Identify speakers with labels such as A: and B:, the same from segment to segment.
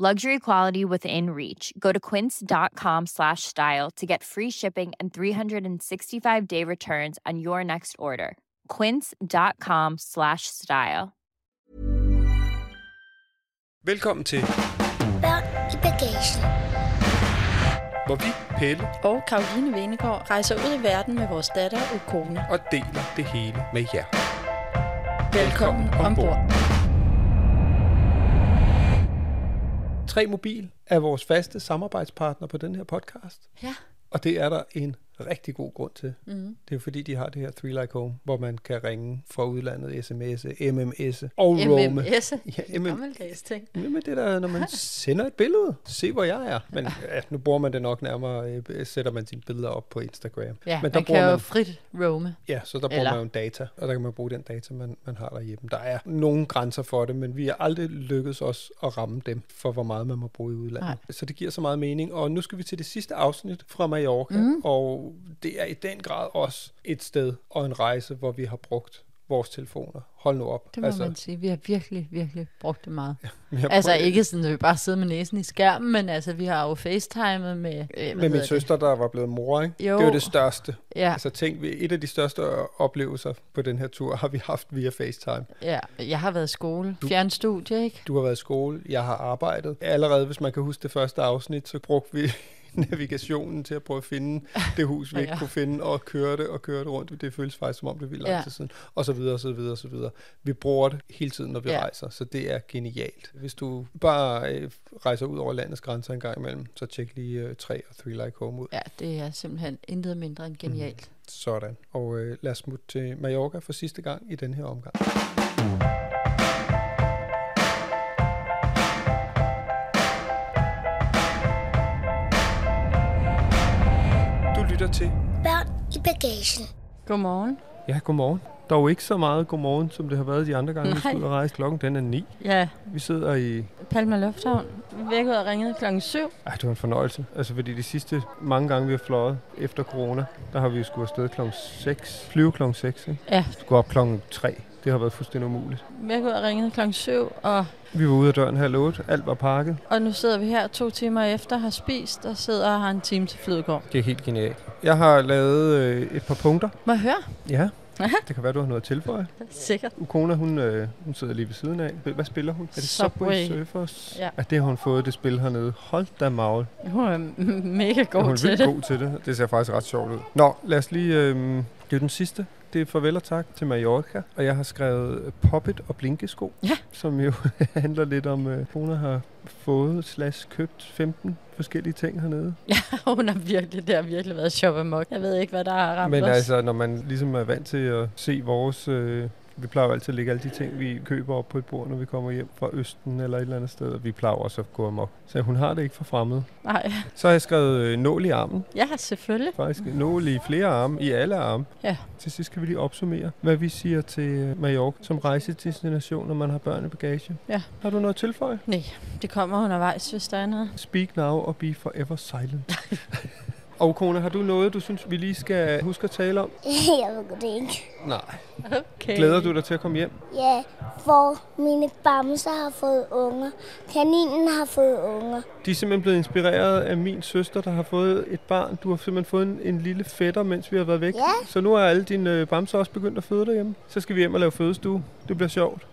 A: Luxury quality within reach. Go to quince.com slash style to get free shipping and 365 day returns on your next order. Quince.com slash style.
B: Velkommen til,
C: Børn i bagagen.
B: hvor vi, Pelle,
D: Og Karoline Venegård rejser ud i verden med vores datter og kone.
B: og deler det hele med jer.
D: Velkommen ombord.
B: Tre Mobil er vores faste samarbejdspartner på den her podcast,
D: Ja,
B: og det er der en rigtig god grund til. Mm.
E: Mhm.
B: Det er fordi, de har det her Three Like Home, hvor man kan ringe fra udlandet, sms'e, mms'e og roame.
D: MMS.
B: Ja, MM.
D: Gammeldags ting.
B: Jamen det der, når man sender et billede, se hvor jeg er. Men ja, nu bruger man det nok nærmere, øh, sætter man sine billeder op på Instagram.
E: Ja,
B: Men
E: men
B: der
E: man
B: bruger
E: kan jo
B: man-
E: frit roame.
B: Ja, så der bruger
E: Eller-
B: man jo en data, og der kan man bruge den data, man, man har derhjemme. Der er nogle grænser for det, men vi har aldrig lykkedes os at ramme dem for, hvor meget man må bruge i udlandet. Nej.
E: Nej.
B: Så det giver så meget mening. Og nu skal vi til det sidste afsnit fra Mallorca, mm. og det er i den grad også et sted og en rejse, hvor vi har brugt vores telefoner. Hold nu op.
E: Det må altså, man sige. Vi har virkelig, virkelig brugt det meget.
B: vi har
E: Altså
B: prøvet-
E: ikke sådan, at vi bare sidder med næsen i skærmen, men altså vi har jo facetimet med... Øh, hvad
B: med
E: hedder
B: min
E: det?
B: søster, der var blevet mor, ikke?
E: Jo.
B: det var det største.
E: Ja,
B: Altså tænk, vi- et af de største oplevelser på den her tur har vi haft via FaceTime.
E: ja, jeg har været i skole. Fjernstudie, ikke?
B: Du har været i skole, jeg har arbejdet. Allerede, hvis man kan huske det første afsnit, så brugte vi navigationen til at prøve at finde det hus, vi ikke
E: Ja.
B: kunne finde, og køre det og køre det rundt. Det føles faktisk, som om det ville lang
E: Ja.
B: tid siden. Og så videre, og så videre, og så videre. Vi bruger det hele tiden, når vi
E: Ja.
B: rejser, så det er genialt. Hvis du bare øh, rejser ud over landets grænser en gang imellem, så tjek lige øh, 3 og 3 Like Home ud.
E: Ja, det er simpelthen intet mindre end
B: Mm.
E: genialt.
B: Sådan. Og øh, lad os smutte til Mallorca for sidste gang i den her omgang. Du lytter til.
C: Børn i bagagen.
D: Godmorgen.
B: Ja, godmorgen. Der er jo ikke så meget godmorgen, som det har været de andre gange, vi
D: Nej.
B: skulle ud og rejse. Klokken den er 9.
D: Ja,
B: Vi sidder i...
D: Palma Lufthavn. Væk ud og ringede klokken 7.
B: Ej, det var en fornøjelse. Altså, fordi de sidste mange gange, vi har fløjet efter corona, der har vi jo skulle afsted klokken 6. Flyve klokken 6, ikke?
D: Ja,
B: gå op klokken 3. Det har været fuldstændig umuligt.
D: væk ud og ringede klokken 7. Og,
B: Vi var ude af døren halv otte. Alt var pakket.
D: og nu sidder vi her to timer efter, har spist og sidder og har en time til Flødegård.
B: Det er helt genialt. Jeg har lavet øh, et par punkter.
D: Må jeg høre?
B: Ja.
D: Aha.
B: Det kan være, du har noget at tilføje.
D: Sikkert.
B: Ukona, hun, øh, hun sidder lige ved siden af. Hvad spiller hun? Er det Subway
D: Subway.
B: Surfers?
D: Ja.
B: det har hun fået det spil hernede. Hold da magle.
D: Hun er m- mega god
B: hun er
D: til
B: vildt
D: det.
B: god til det. Det ser faktisk ret sjovt ud. Nå, lad os lige... Øh, det er jo den sidste. Det er farvel og tak til Mallorca, og jeg har skrevet øh, Poppet og Blinkesko,
D: Ja.
B: som jo handler lidt om, at øh, Kona har fået slash købt 15 forskellige ting hernede.
D: Hun har virkelig, det har virkelig været shop amok. Jeg ved ikke, hvad der har ramt
B: Men
D: os.
B: altså, når man ligesom er vant til at se vores... Øh, vi plejer jo altid at lægge alle de ting, vi køber op på et bord, når vi kommer hjem fra Østen eller et eller andet sted, og vi plejer også at gå amok. Så hun har det ikke for fremmed.
D: Nej,
B: Så har jeg skrevet øh, nål i armen,
D: ja, selvfølgelig.
B: faktisk. Nål i flere arme, i alle arme.
D: Ja.
B: Til sidst skal vi lige opsummere, hvad vi siger til øh, Mallorca som rejsedestination, når man har børn i bagage.
D: Ja.
B: Har du noget at tilføje?
D: Det kommer undervejs, hvis der er noget.
B: Speak now og be forever silent. og Kone, har du noget, du synes, vi lige skal huske at tale om?
C: Jeg ved det ikke.
B: Nej.
D: Okay.
B: Glæder du dig til at komme hjem?
C: Ja, hvor mine bamser har fået unger. Kaninen har fået unger.
B: De er simpelthen blevet inspireret af min søster, der har fået et barn. Du har simpelthen fået en, en lille fætter, mens vi har været væk.
C: Ja.
B: Så nu er alle dine øh, bamser også begyndt at føde derhjemme. Så skal vi hjem og lave fødestue. Det bliver sjovt.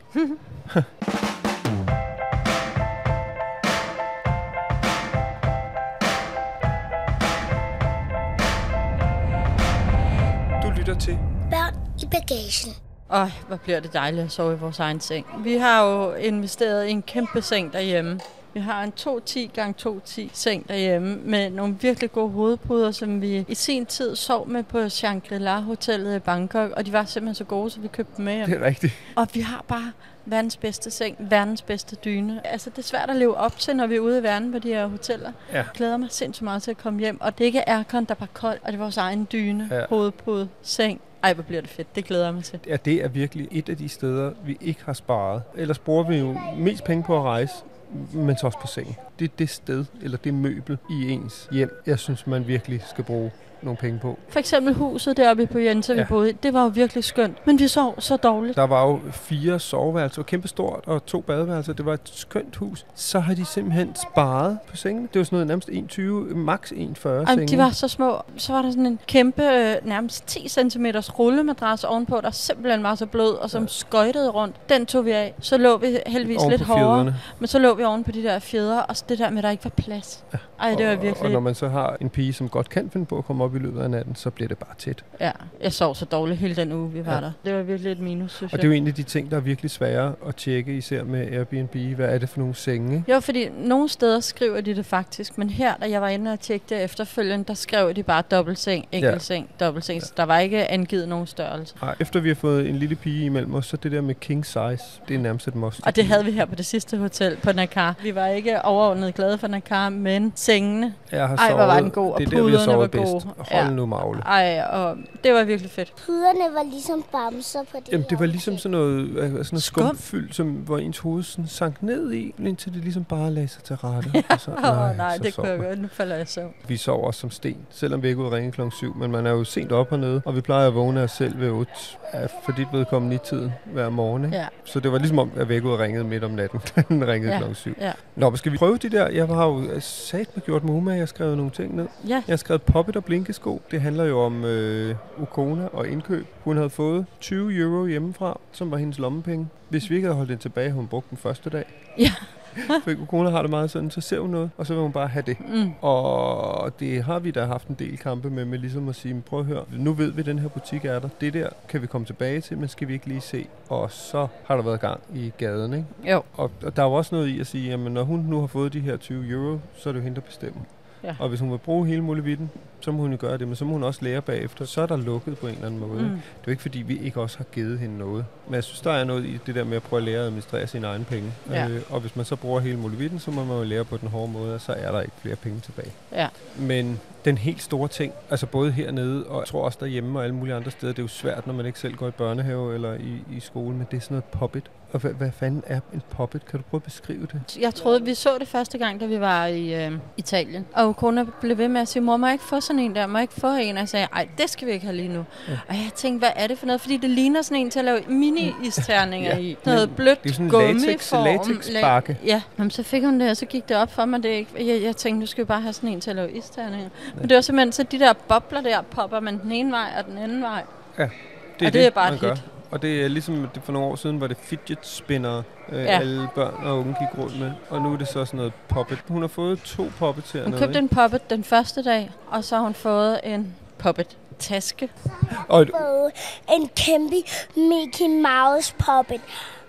B: du lytter til.
C: Børn i bagagen.
D: Øj, hvor bliver det dejligt at sove i vores egen seng. Vi har jo investeret i en kæmpe seng derhjemme. Vi har en 210 gange 210 seng derhjemme med nogle virkelig gode hovedpuder, som vi i sin tid sov med på Shangri-La-hotellet i Bangkok, og de var simpelthen så gode, så vi købte dem med hjem.
B: Det er rigtigt.
D: Og vi har bare verdens bedste seng, verdens bedste dyne. Altså, det er svært at leve op til, når vi er ude i verden på de her hoteller.
B: Ja.
D: Jeg glæder mig sindssygt meget til at komme hjem. Og det er ikke aircon, der er bare koldt, og det er vores egen dyne,
B: Ja.
D: ja. hovedpude, seng. Ej, hvor bliver det fedt. Det glæder jeg mig til.
B: Ja, det er virkelig et af de steder, vi ikke har sparet. Ellers bruger vi jo mest penge på at rejse, men så også på sengen. Det er det sted, eller det møbel i ens hjem, jeg synes, man virkelig skal bruge nogle penge på.
D: For eksempel huset deroppe på Jense, ja.
B: Ja.
D: vi boede i, det var jo virkelig skønt. Men vi sov så dårligt.
B: Der var jo fire soveværelser, kæmpestort, og to badeværelser. Det var et skønt hus. Så har de simpelthen sparet på sengen. Det var sådan noget nærmest 1,20, max 1,40
D: Jamen,
B: senge.
D: de var så små. Så var der sådan en kæmpe, øh, nærmest 10 cm rullemadras ovenpå, der simpelthen var så blød og som
B: Ja.
D: ja. skøjtede rundt. Den tog vi af. Så lå vi heldigvis
B: Oven
D: lidt
B: på
D: hårdere.
B: fjederne.
D: Men så lå vi oven på de der fjeder, og det der med, at der ikke var plads. Ej, det var
B: Og- Og
D: virkelig...
B: når man så har en pige, som godt kan finde på at komme op i løbet af natten, så bliver det bare tæt.
D: Ja, jeg sov så dårligt hele den uge, vi var
B: Ja.
D: ja. der. Det var virkelig et minus, synes
B: Og det er jo en af de ting, der er virkelig svære at tjekke, især med Airbnb. Hvad er det for nogle senge?
D: Jo, fordi nogle steder skriver de det faktisk, men her, da jeg var inde og tjekke det efterfølgende, der skrev de bare dobbeltseng, enkeltseng, ja. dobbeltseng. Så der var ikke angivet nogen størrelse.
B: Nej, efter vi har fået en lille pige imellem os, så det der med king size, det er nærmest et must.
D: Og det havde vi her på det sidste hotel på Nakar. Vi var ikke overordnet glade for Nakar, men sengene.
B: Jeg har
D: Ej, hvor var
B: sovet-
D: den god, og
B: Det er der, vi har
D: puderne
B: sovet
D: var
B: bedst.
D: gode.
B: Hold
D: Ja.
B: nu magle.
D: Ej, og det var virkelig fedt.
C: Puderne var ligesom bamser på det
B: Jamen, det
C: her
B: var ligesom
C: hotel.
B: sådan noget, øh, sådan noget
D: Skum.
B: skumfyld, som, hvor ens hoved sådan sank ned i, indtil det ligesom bare lagde sig til rette. og så,
D: Åh, nej, nej
B: så
D: det
B: sov
D: kunne jeg
B: man.
D: godt. Nu falder jeg så.
B: Vi sover også som sten, selvom vi ikke er ude at ringe klokken 7, men man er jo sent op hernede, og vi plejer at vågne os selv ved 8, ja, for dit vedkommende i tiden hver morgen. Ikke?
D: Ja.
B: Så det var ligesom om, at vi ikke ud og ringede midt om natten, da den ringede
D: Ja,
B: klokken 7.
D: ja.
B: Nå, men skal vi prøve de der? Jeg har jo sat mig gjort med umage, jeg har skrevet nogle ting ned.
D: Ja,
B: Jeg har skrevet poppet og blinkesko. Det handler jo om øh, Ukona og indkøb. Hun havde fået 20 euro hjemmefra, som var hendes lommepenge. Hvis vi ikke havde holdt den tilbage, havde hun brugt den første dag.
D: Ja.
B: For Ukona har det meget sådan, så ser hun noget, og så vil hun bare have det.
D: mm.
B: Og det har vi da haft en del kampe med, med ligesom at sige, "Men prøv at høre, nu ved vi, at den her butik er der. Det der kan vi komme tilbage til, men skal vi ikke lige se? Og så har der været gang i gaden, ikke?
D: jo.
B: Og, og der er jo også noget i at sige, jamen når hun nu har fået de her 20 euro, så er det jo hende, der bestemmer.
D: Ja.
B: Og hvis hun vil bruge hele muligheden, så må hun jo gøre det, men så må hun også lære bagefter. Så er der lukket på en eller anden måde. Mm. Det
D: Mm.
B: er jo ikke fordi, vi ikke også har givet hende noget. Men jeg synes, der er noget i det der med at prøve at lære at administrere sine egne penge.
D: Ja.
B: Øh, og hvis man så bruger hele muligheden, så må man jo lære på den hårde måde, og så er der ikke flere penge tilbage.
D: Ja.
B: Men den helt store ting, altså både hernede og jeg tror også derhjemme og alle mulige andre steder, det er jo svært, når man ikke selv går i børnehave eller i, i skole, men det er sådan noget poppet. Og hvad, hvad fanden er en poppet? Kan du prøve at beskrive det?
D: Jeg troede, vi så det første gang, da vi var i øh, Italien. Og kona blev ved med at sige, mor, må jeg ikke få sådan en der? Må jeg ikke få en? Og jeg sagde, ej, det skal vi ikke have lige nu.
B: Ja.
D: Ja. Og jeg tænkte, hvad er det for noget? Fordi det ligner sådan en til at lave mini-isterninger
B: Ja,
D: ja. i.
B: men
D: Noget blødt
B: Det er sådan en
D: gummiform.
B: latex,
D: lag-
B: latexbakke.
D: Ja, Jamen, så fik hun det, og så gik det op for mig. Det er ikke, jeg, jeg tænkte, nu skal vi bare have sådan en til at lave isterninger. Men det var simpelthen, så de der bobler der, popper man den ene vej og den anden vej.
B: Det er,
D: Og det er bare
B: man
D: et
B: gør.
D: hit.
B: Og det er ligesom det for nogle år siden, var det fidget spinner, øh, ja.
D: Ja.
B: alle børn og unge gik rundt med. Og nu er det så sådan noget poppet. Hun har fået to poppets
D: Hun
B: hernede.
D: købte
B: ikke?
D: en poppet den første dag, og så har hun fået en poppet-taske.
B: Og et,
C: fået en kæmpe Mickey Mouse puppet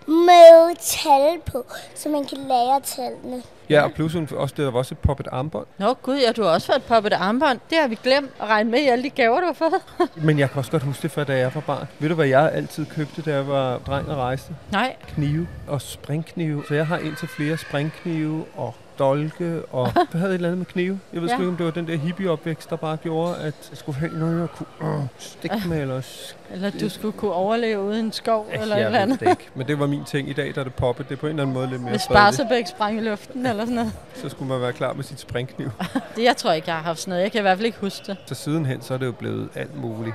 C: med tal på, så man kan lære tallene.
B: ja, og plus hun også, der var også et poppet armbånd.
D: Nå gud, ja, du har også fået et poppet armbånd. Det har vi glemt at regne med i alle de gaver, du har fået.
B: Men jeg kan også godt huske det fra, da jeg var barn. Ved du, hvad jeg altid købte, da jeg var dreng og rejste?
D: Nej,
B: knive og springknive. Så jeg har indtil flere springknive og dolke og... Hvad havde et eller andet med knive? Jeg ved ja.
D: Ja.
B: sgu ikke, om det var den der hippieopvækst, der bare gjorde, at jeg skulle have noget, jeg kunne øh, stikke med eller... sk-
D: eller du skulle kunne overleve ude i en skov
B: Ja,
D: eller et
B: jeg
D: eller
B: ved
D: andet.
B: det ikke. Men det var min ting i dag, da det poppede. Det er på en eller anden måde lidt mere
D: Hvis
B: fredeligt.
D: Barsebæk sprang i luften eller sådan noget.
B: Så skulle man være klar med sit springkniv.
D: Det, jeg tror ikke, jeg har haft sådan noget. Jeg kan i hvert fald ikke huske det.
B: Så sidenhen, så er det jo blevet alt muligt.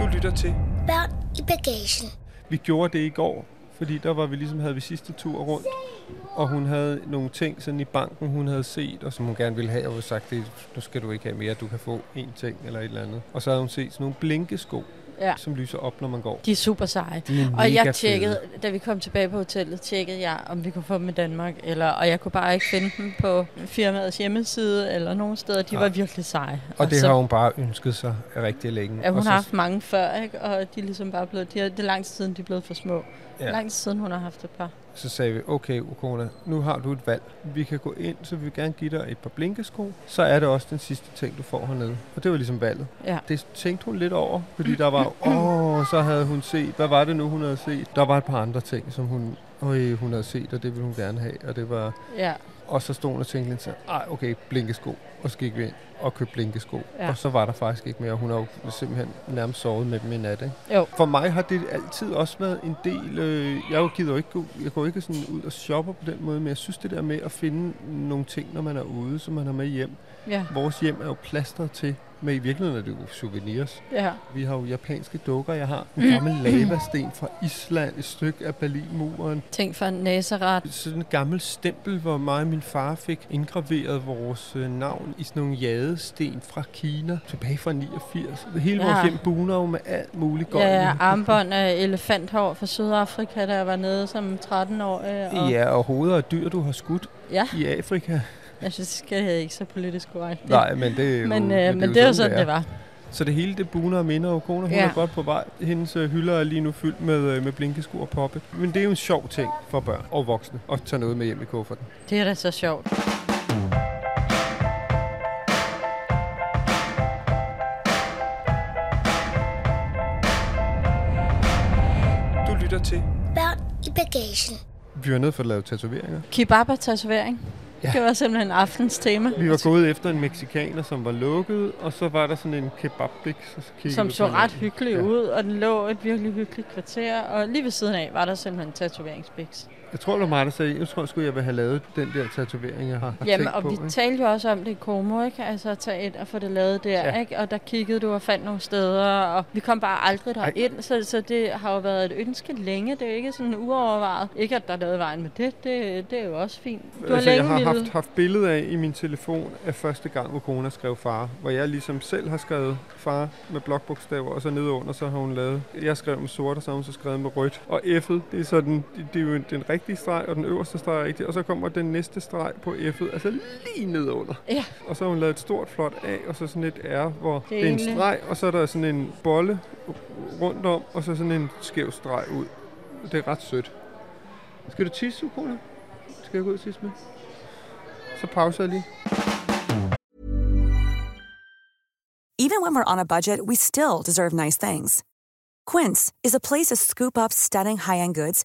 B: Du lytter til.
C: Børn i bagagen.
B: Vi gjorde det i går, fordi der var vi ligesom havde vi sidste tur rundt. Og hun havde nogle ting sådan i banken, hun havde set, og som hun gerne ville have, og havde sagt, det, nu skal du ikke have mere, du kan få én ting eller et eller andet. Og så havde hun set sådan nogle blinkesko,
D: Ja.
B: som lyser op, når man går.
D: De er super seje.
B: De er
D: Og
B: mega
D: jeg tjekkede,
B: fede.
D: da vi kom tilbage på hotellet, tjekkede jeg, om vi kunne få dem i Danmark, eller, og jeg kunne bare ikke finde dem på firmaets hjemmeside eller nogen steder. De
B: Nej.
D: var virkelig seje.
B: Og det
D: så,
B: har hun bare ønsket sig rigtig længe.
D: ja,
B: og
D: hun
B: så,
D: har haft mange før, ikke? og de er ligesom bare blevet, de er, det er lang tid siden, de er blevet for små. Ja. Lang tid siden, hun har haft et par.
B: Så sagde vi, okay, Ukona, nu har du et valg. Vi kan gå ind, så vi vil gerne give dig et par blinkesko. Så er det også den sidste ting, du får hernede. Og det var ligesom valget.
D: Ja.
B: Det tænkte hun lidt over, fordi der var, åh, så havde hun set, hvad var det nu, hun havde set? Der var et par andre ting, som hun, øh, hun havde set, og det ville hun gerne have. Og, det var,
D: Ja.
B: og så stod hun og tænkte lidt så, ej, okay, blinkesko. Og så gik vi ind og købte blinkesko.
D: Ja.
B: Og så var der faktisk ikke mere. Hun har jo simpelthen nærmest sovet med dem i nat, ikke?
D: Jo.
B: For mig har det altid også været en del... Øh, jeg gider jo ikke gå, jeg går ikke sådan ud og shopper på den måde, men jeg synes det der med at finde nogle ting, når man er ude, som man har med hjem.
D: Ja.
B: Vores hjem er jo plastret til, men i virkeligheden er det jo souvenirs.
D: Ja.
B: Vi har jo japanske dukker, jeg har
D: Mm.
B: en gammel lavasten fra Island, et stykke af Berlinmuren,
D: Ting fra Nazareth.
B: sådan et gammelt stempel, hvor mig og min far fik indgraveret vores øh, navn i sådan nogle jadesten fra Kina tilbage fra 89. Hele vores
D: Ja.
B: hjem buner jo med alt muligt godt.
D: Ja, armbånd af elefanthår fra Sydafrika, da jeg var nede som 13-årig. Og
B: Ja, og hoveder af dyr, du har skudt
D: ja,
B: i Afrika.
D: jeg synes, det er ikke så politisk korrekt.
B: Nej, men det er jo,
D: men, øh, men
B: jo
D: det er jo sådan, det var.
B: er. Så det hele, det buner og minder, og kone, hun ja.
D: Ja.
B: er godt på vej. Hendes øh, hylder er lige nu fyldt med, øh, med blinkesko og poppe. Men det er jo en sjov ting for børn og voksne at tage noget med hjem i kufferten.
D: Det er da så sjovt.
B: Du lytter til.
C: Børn i bagagen.
B: Vi var nede for at lave tatoveringer.
D: Kibaba-tatovering.
B: Ja.
D: Ja. Det var simpelthen aftens tema,
B: Vi var gået efter en mexikaner, som var lukket, og så var der sådan en kebabdik, så kiggede
D: som
B: vi
D: så
B: på
D: ret
B: hinanden.
D: hyggelig
B: Ja.
D: ja. ud, og den lå et virkelig hyggeligt kvarter, og lige ved siden af var der simpelthen tatoveringsbiks.
B: Jeg tror, det var mig, der sagde, jeg tror sgu, jeg vil have lavet den der tatovering, jeg har, har
D: Jamen,
B: tænkt
D: og
B: på.
D: vi
B: ikke?
D: talte jo også om det i Como, ikke? Altså at tage ind og få det lavet der,
B: Ja.
D: ja. ikke? Og der kiggede du og fandt nogle steder, og vi kom bare aldrig derind, så, så det har jo været et ønske længe. Det er jo ikke sådan uovervejet. Ikke at der er noget i vejen med det, det, det er jo også fint. Du har
B: altså, jeg
D: længe
B: har
D: ville-
B: haft, haft billede af i min telefon af første gang, hvor kona skrev far, hvor jeg ligesom selv har skrevet far med blokbogstaver, og så nedenunder, så har hun lavet, jeg skrev med sort, og så har hun så skrevet med rødt. Og F'et, det er sådan, det, det er jo en- den rigtige streg, og den øverste streg er rigtig, og så kommer den næste streg på F'et, altså lige nedenunder.
D: Ja.
B: Og så har hun lavet et stort flot A, og så sådan et R, hvor det
D: Det
B: er,
D: er
B: en
D: egentlig-
B: streg, og så er der sådan en bolle rundt om, og så sådan en skæv streg ud. Det er ret sødt. Skal du tisse, Ukona? Skal jeg gå ud og tisse med? Så pauser jeg lige.
F: Even when we're on a budget, we still deserve nice things. Quince is a place to scoop up stunning high-end goods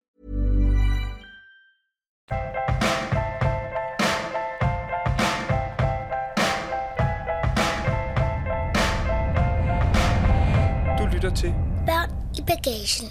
B: Du lytter til.
C: Børn i bagagen.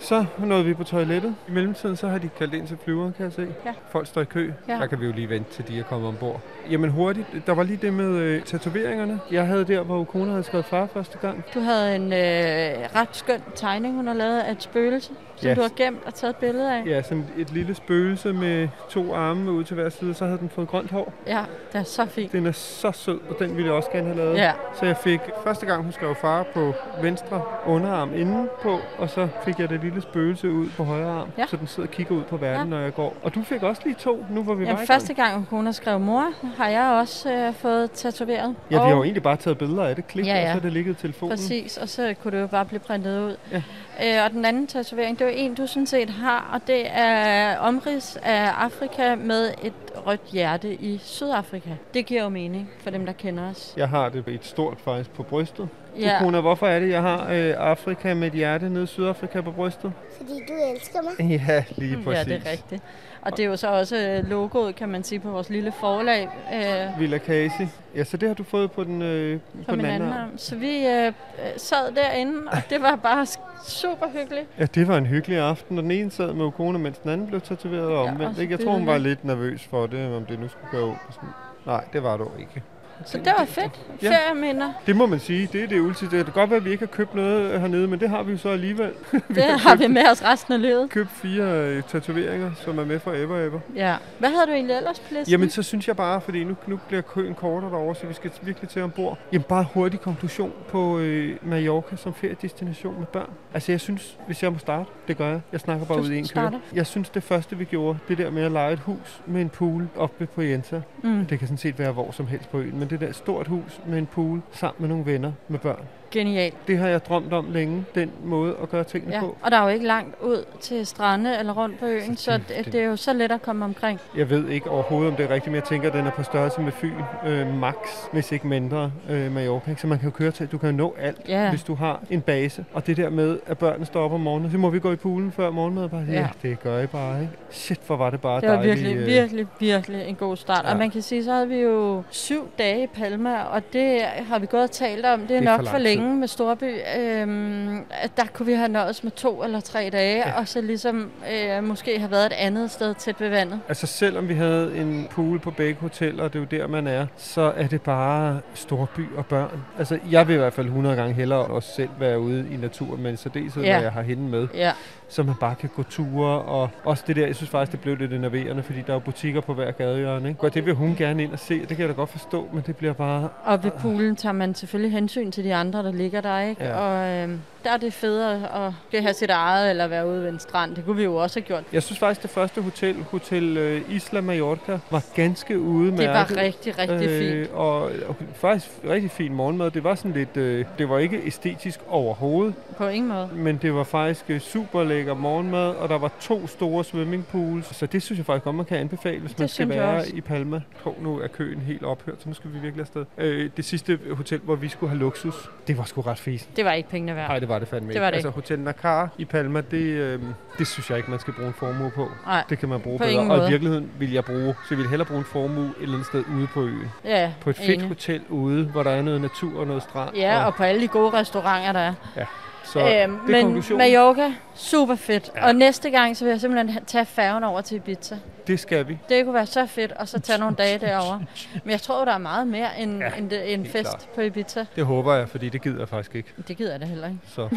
B: Så nåede vi på toilettet. I mellemtiden så har de kaldt ind til flyveren, kan jeg se.
D: Ja.
B: Folk står i kø.
D: Ja.
B: Der kan vi jo lige vente til de er kommet ombord. Jamen hurtigt, der var lige det med øh, tatoveringerne. Jeg havde der, hvor Ukona havde skrevet far første gang.
D: Du havde en øh, ret skøn tegning, hun har lavet af et spøgelse, som
B: Ja.
D: du har gemt og taget billeder af.
B: Ja, sådan et lille spøgelse med to arme ud til hver side, så havde den fået grønt hår.
D: Ja, det er så fint.
B: Den er så sød, og den ville jeg også gerne have lavet.
D: Ja.
B: Så jeg fik første gang, hun skrev far på venstre underarm inden på, og så fik jeg det lille spøgelse ud på højre arm,
D: Ja.
B: så den sidder og kigger ud på verden,
D: Ja.
B: når jeg går. Og du fik også lige to, nu hvor vi var i
D: Jamen,
B: gang.
D: første gang hun har skrevet mor, har jeg også øh, fået tatoveret.
B: Ja, vi
D: Og-
B: har jo egentlig bare taget billeder af det klip,
D: Ja,
B: og så
D: ja.
B: har det ligget i telefonen.
D: Præcis, og så kunne det jo bare blive printet ud.
B: Ja.
D: Øh, og den anden tatovering, det er jo en, du sådan set har, og det er omrids af Afrika med et rødt hjerte i Sydafrika. Det giver jo mening for dem, der kender os.
B: Jeg har det et stort faktisk på brystet. Ja.
D: Ja.
B: Du, Kona, hvorfor er det, jeg har øh, Afrika med et hjerte nede i Sydafrika på brystet?
C: Fordi du elsker mig.
B: Ja, lige
D: Hm, Ja,
B: præcis.
D: det er rigtigt. Og det er jo så også øh, logoet, kan man sige, på vores lille forlag øh,
B: Villa Casey. Ja, så det har du fået på den, øh, på
D: på
B: den
D: min
B: anden
D: anden
B: arm.
D: arm. Så vi øh, øh, sad derinde, og det var bare sk- super hyggeligt.
B: Ja, det var en hyggelig aften, og den ene sad med Ukona, mens den anden blev tatoveret og
D: Ja,
B: omvendt.
D: og
B: ikke? Jeg
D: det-
B: tror, hun var lidt nervøs for det, om det nu skulle gå. Sådan. Nej, det var det jo ikke.
D: Så det var fedt.
B: Ja.
D: Ferieminder.
B: Det må man sige, det er det ulti. Det kan godt være, at vi ikke har købt noget hernede, men det har vi jo så alligevel.
D: Det har vi med os resten af livet.
B: købt fire øh, tatoveringer, som er med for ever ever.
D: Ja. Hvad havde du egentlig ellers på listen?
B: Jamen, så synes jeg bare, fordi nu, nu bliver køen kortere derovre, så vi skal virkelig til ombord. Jamen, bare hurtig konklusion på øh, Mallorca som feriedestination med børn. Altså, jeg synes, hvis jeg må starte, det gør jeg. Jeg snakker bare
D: Du
B: ud i en
D: starter.
B: køre. Jeg synes, det første, vi gjorde, det der med at lege et hus med en pool oppe ved Poyensa.
D: Mm.
B: Det kan sådan set være hvor som helst på øen, men det der et stort hus med en pool sammen med nogle venner med børn.
D: Genialt.
B: Det har jeg drømt om længe, den måde at gøre tingene
D: Ja.
B: på.
D: Og der er jo ikke langt ud til strande eller rundt på øen, så det,
B: det-
D: det er jo så let at komme omkring.
B: Jeg ved ikke overhovedet, om det er rigtigt, men jeg tænker, at den er på størrelse med Fyn, øh, max, hvis ikke mindre, øh, Mallorca. ikke? Så man kan jo køre til, du kan jo nå alt,
D: Ja.
B: hvis du har en base. Og det der med, at børnene står op om morgenen, så må vi gå i poolen før morgenmad. Bare, ja.
D: Ja.
B: ja, det gør I bare, ikke? Shit, hvor var det bare
D: Det var
B: dejligt.
D: virkelig,
B: øh,
D: virkelig, virkelig en god start.
B: Ja.
D: Og man kan sige, så havde vi jo syv dage i Palma, og det har vi gået og talt om. Det er,
B: er for
D: nok
B: lang
D: for længe
B: tid.
D: med Storby. Øhm, at der kunne vi have nøjes med to eller tre dage, ja. og så ligesom øh, måske have været et andet sted tæt ved vandet.
B: Altså selvom vi havde en pool på begge hoteller, og det er jo der, man er, så er det bare storby og børn. Altså jeg vil i hvert fald 100 gange hellere også selv være ude i naturen, men så dels ja.
D: Ja.
B: når jeg har hende med.
D: Ja,
B: så man bare kan gå ture, og også det der, jeg synes faktisk, det blev lidt enerverende, fordi der er jo butikker på hver gadehjørne, ikke? Og det vil hun gerne ind og se, og det kan jeg da godt forstå, men det bliver bare...
D: og ved poolen tager man selvfølgelig hensyn til de andre, der ligger der, ikke?
B: Ja.
D: Og øhm, der er det federe at det have sit eget eller være ude ved en strand. Det kunne vi jo også have gjort.
B: Jeg synes faktisk, det første hotel, Hotel øh, Isla Mallorca, var ganske ude med
D: Det var rigtig, rigtig øh, fint.
B: Og, og faktisk rigtig fin morgenmad. Det var sådan lidt... Øh, det var ikke æstetisk overhovedet,
D: På ingen måde.
B: men det var faktisk øh, super lækker morgenmad, og der var to store swimmingpools. Så det synes jeg faktisk godt, man kan anbefale, hvis
D: Det
B: man skal
D: synes jeg
B: være
D: også.
B: i Palma. Hov, nu er køen helt ophørt, så nu skal vi virkelig afsted. Øh, det sidste hotel, hvor vi skulle have luksus, det var sgu ret fisen.
D: Det var ikke pengene værd.
B: Nej, det var det fandme
D: Det
B: ikke.
D: var det
B: Altså, Hotel Nakar i Palma, det, øh, det synes jeg ikke, man skal bruge en formue på.
D: Nej,
B: Det kan man bruge
D: På
B: bedre.
D: ingen
B: Og
D: måde.
B: i virkeligheden vil jeg bruge, så jeg ville hellere bruge en formue et eller andet sted ude på øen.
D: ja,
B: På et fedt
D: enig.
B: hotel ude, hvor der er noget natur og noget strand.
D: Ja, og på alle de gode restauranter, der er.
B: så øhm, det er
D: men
B: konklusionen.
D: Mallorca, super fedt.
B: Ja.
D: Ja. Og næste gang, så vil jeg simpelthen ha- tage færgen over til Ibiza.
B: Det skal vi.
D: Det kunne være så fedt, og så tage nogle dage derovre. Men jeg tror, der er meget mere end,
B: Ja,
D: ja, end, det- end
B: helt
D: fest
B: klart.
D: på Ibiza.
B: Det håber jeg, fordi det gider jeg faktisk ikke.
D: Det gider jeg da heller ikke.
B: Så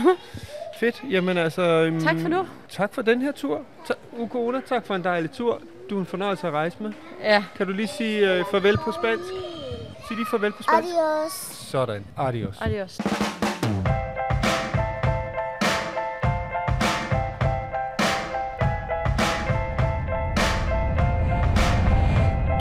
B: fedt. Jamen altså... øhm,
D: Tak for nu.
B: Tak for den her tur. Ta- Ukona, tak for en dejlig tur. Du er en fornøjelse at rejse med.
D: Ja,
B: Kan du lige sige øh, farvel på spansk? Sig lige farvel på spansk.
C: Adios.
B: Sådan. Adios.
D: adios.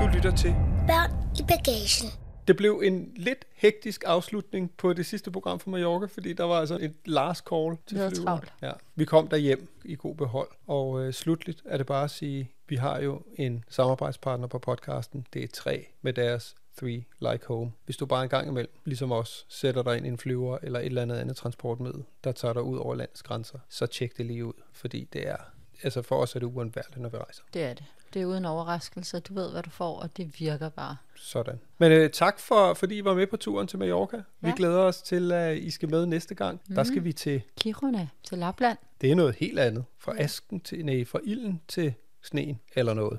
B: Du lytter til.
C: Børn i bagagen.
B: Det blev en lidt hektisk afslutning på det sidste program fra Mallorca, fordi der var altså et last call til
D: Vi havde
B: flyveren.
D: travlt.
B: Ja. Vi kom derhjem i god behold, og øh, slutligt er det bare at sige, vi har jo en samarbejdspartner på podcasten, det er tre med deres Three Like Home. Hvis du bare en gang imellem, ligesom os, sætter dig ind i en flyver eller et eller andet andet transportmiddel, der tager dig ud over landets grænser, så tjek det lige ud, fordi det er, altså for os er det uundværligt, når vi rejser.
E: Det er det. Det er uden overraskelse. Du ved, hvad du får, og det virker bare.
B: Sådan. Men øh, tak, for, fordi I var med på turen til Mallorca. Ja. Vi glæder os til, at I skal med næste gang. Mm. Der skal vi til,
E: Kiruna til Lapland.
B: Det er noget helt andet. Fra asken til, nej, fra ilden til sneen eller noget.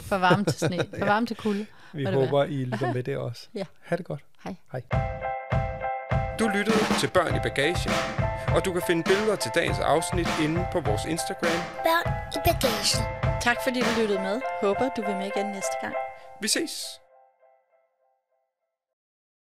E: For varme til sne, for varme til kulde.
B: Vi
E: Må det
B: håber, I lytter med det også.
E: Ja.
B: Ha' det godt.
E: Hej.
B: Hej. Du lyttede til Børn i Bagagen, og du kan finde billeder til dagens afsnit inde på vores Instagram.
C: Børn i bagagen.
D: Tak fordi du lyttede med. Håber, du vil med igen næste gang.
B: Vi ses!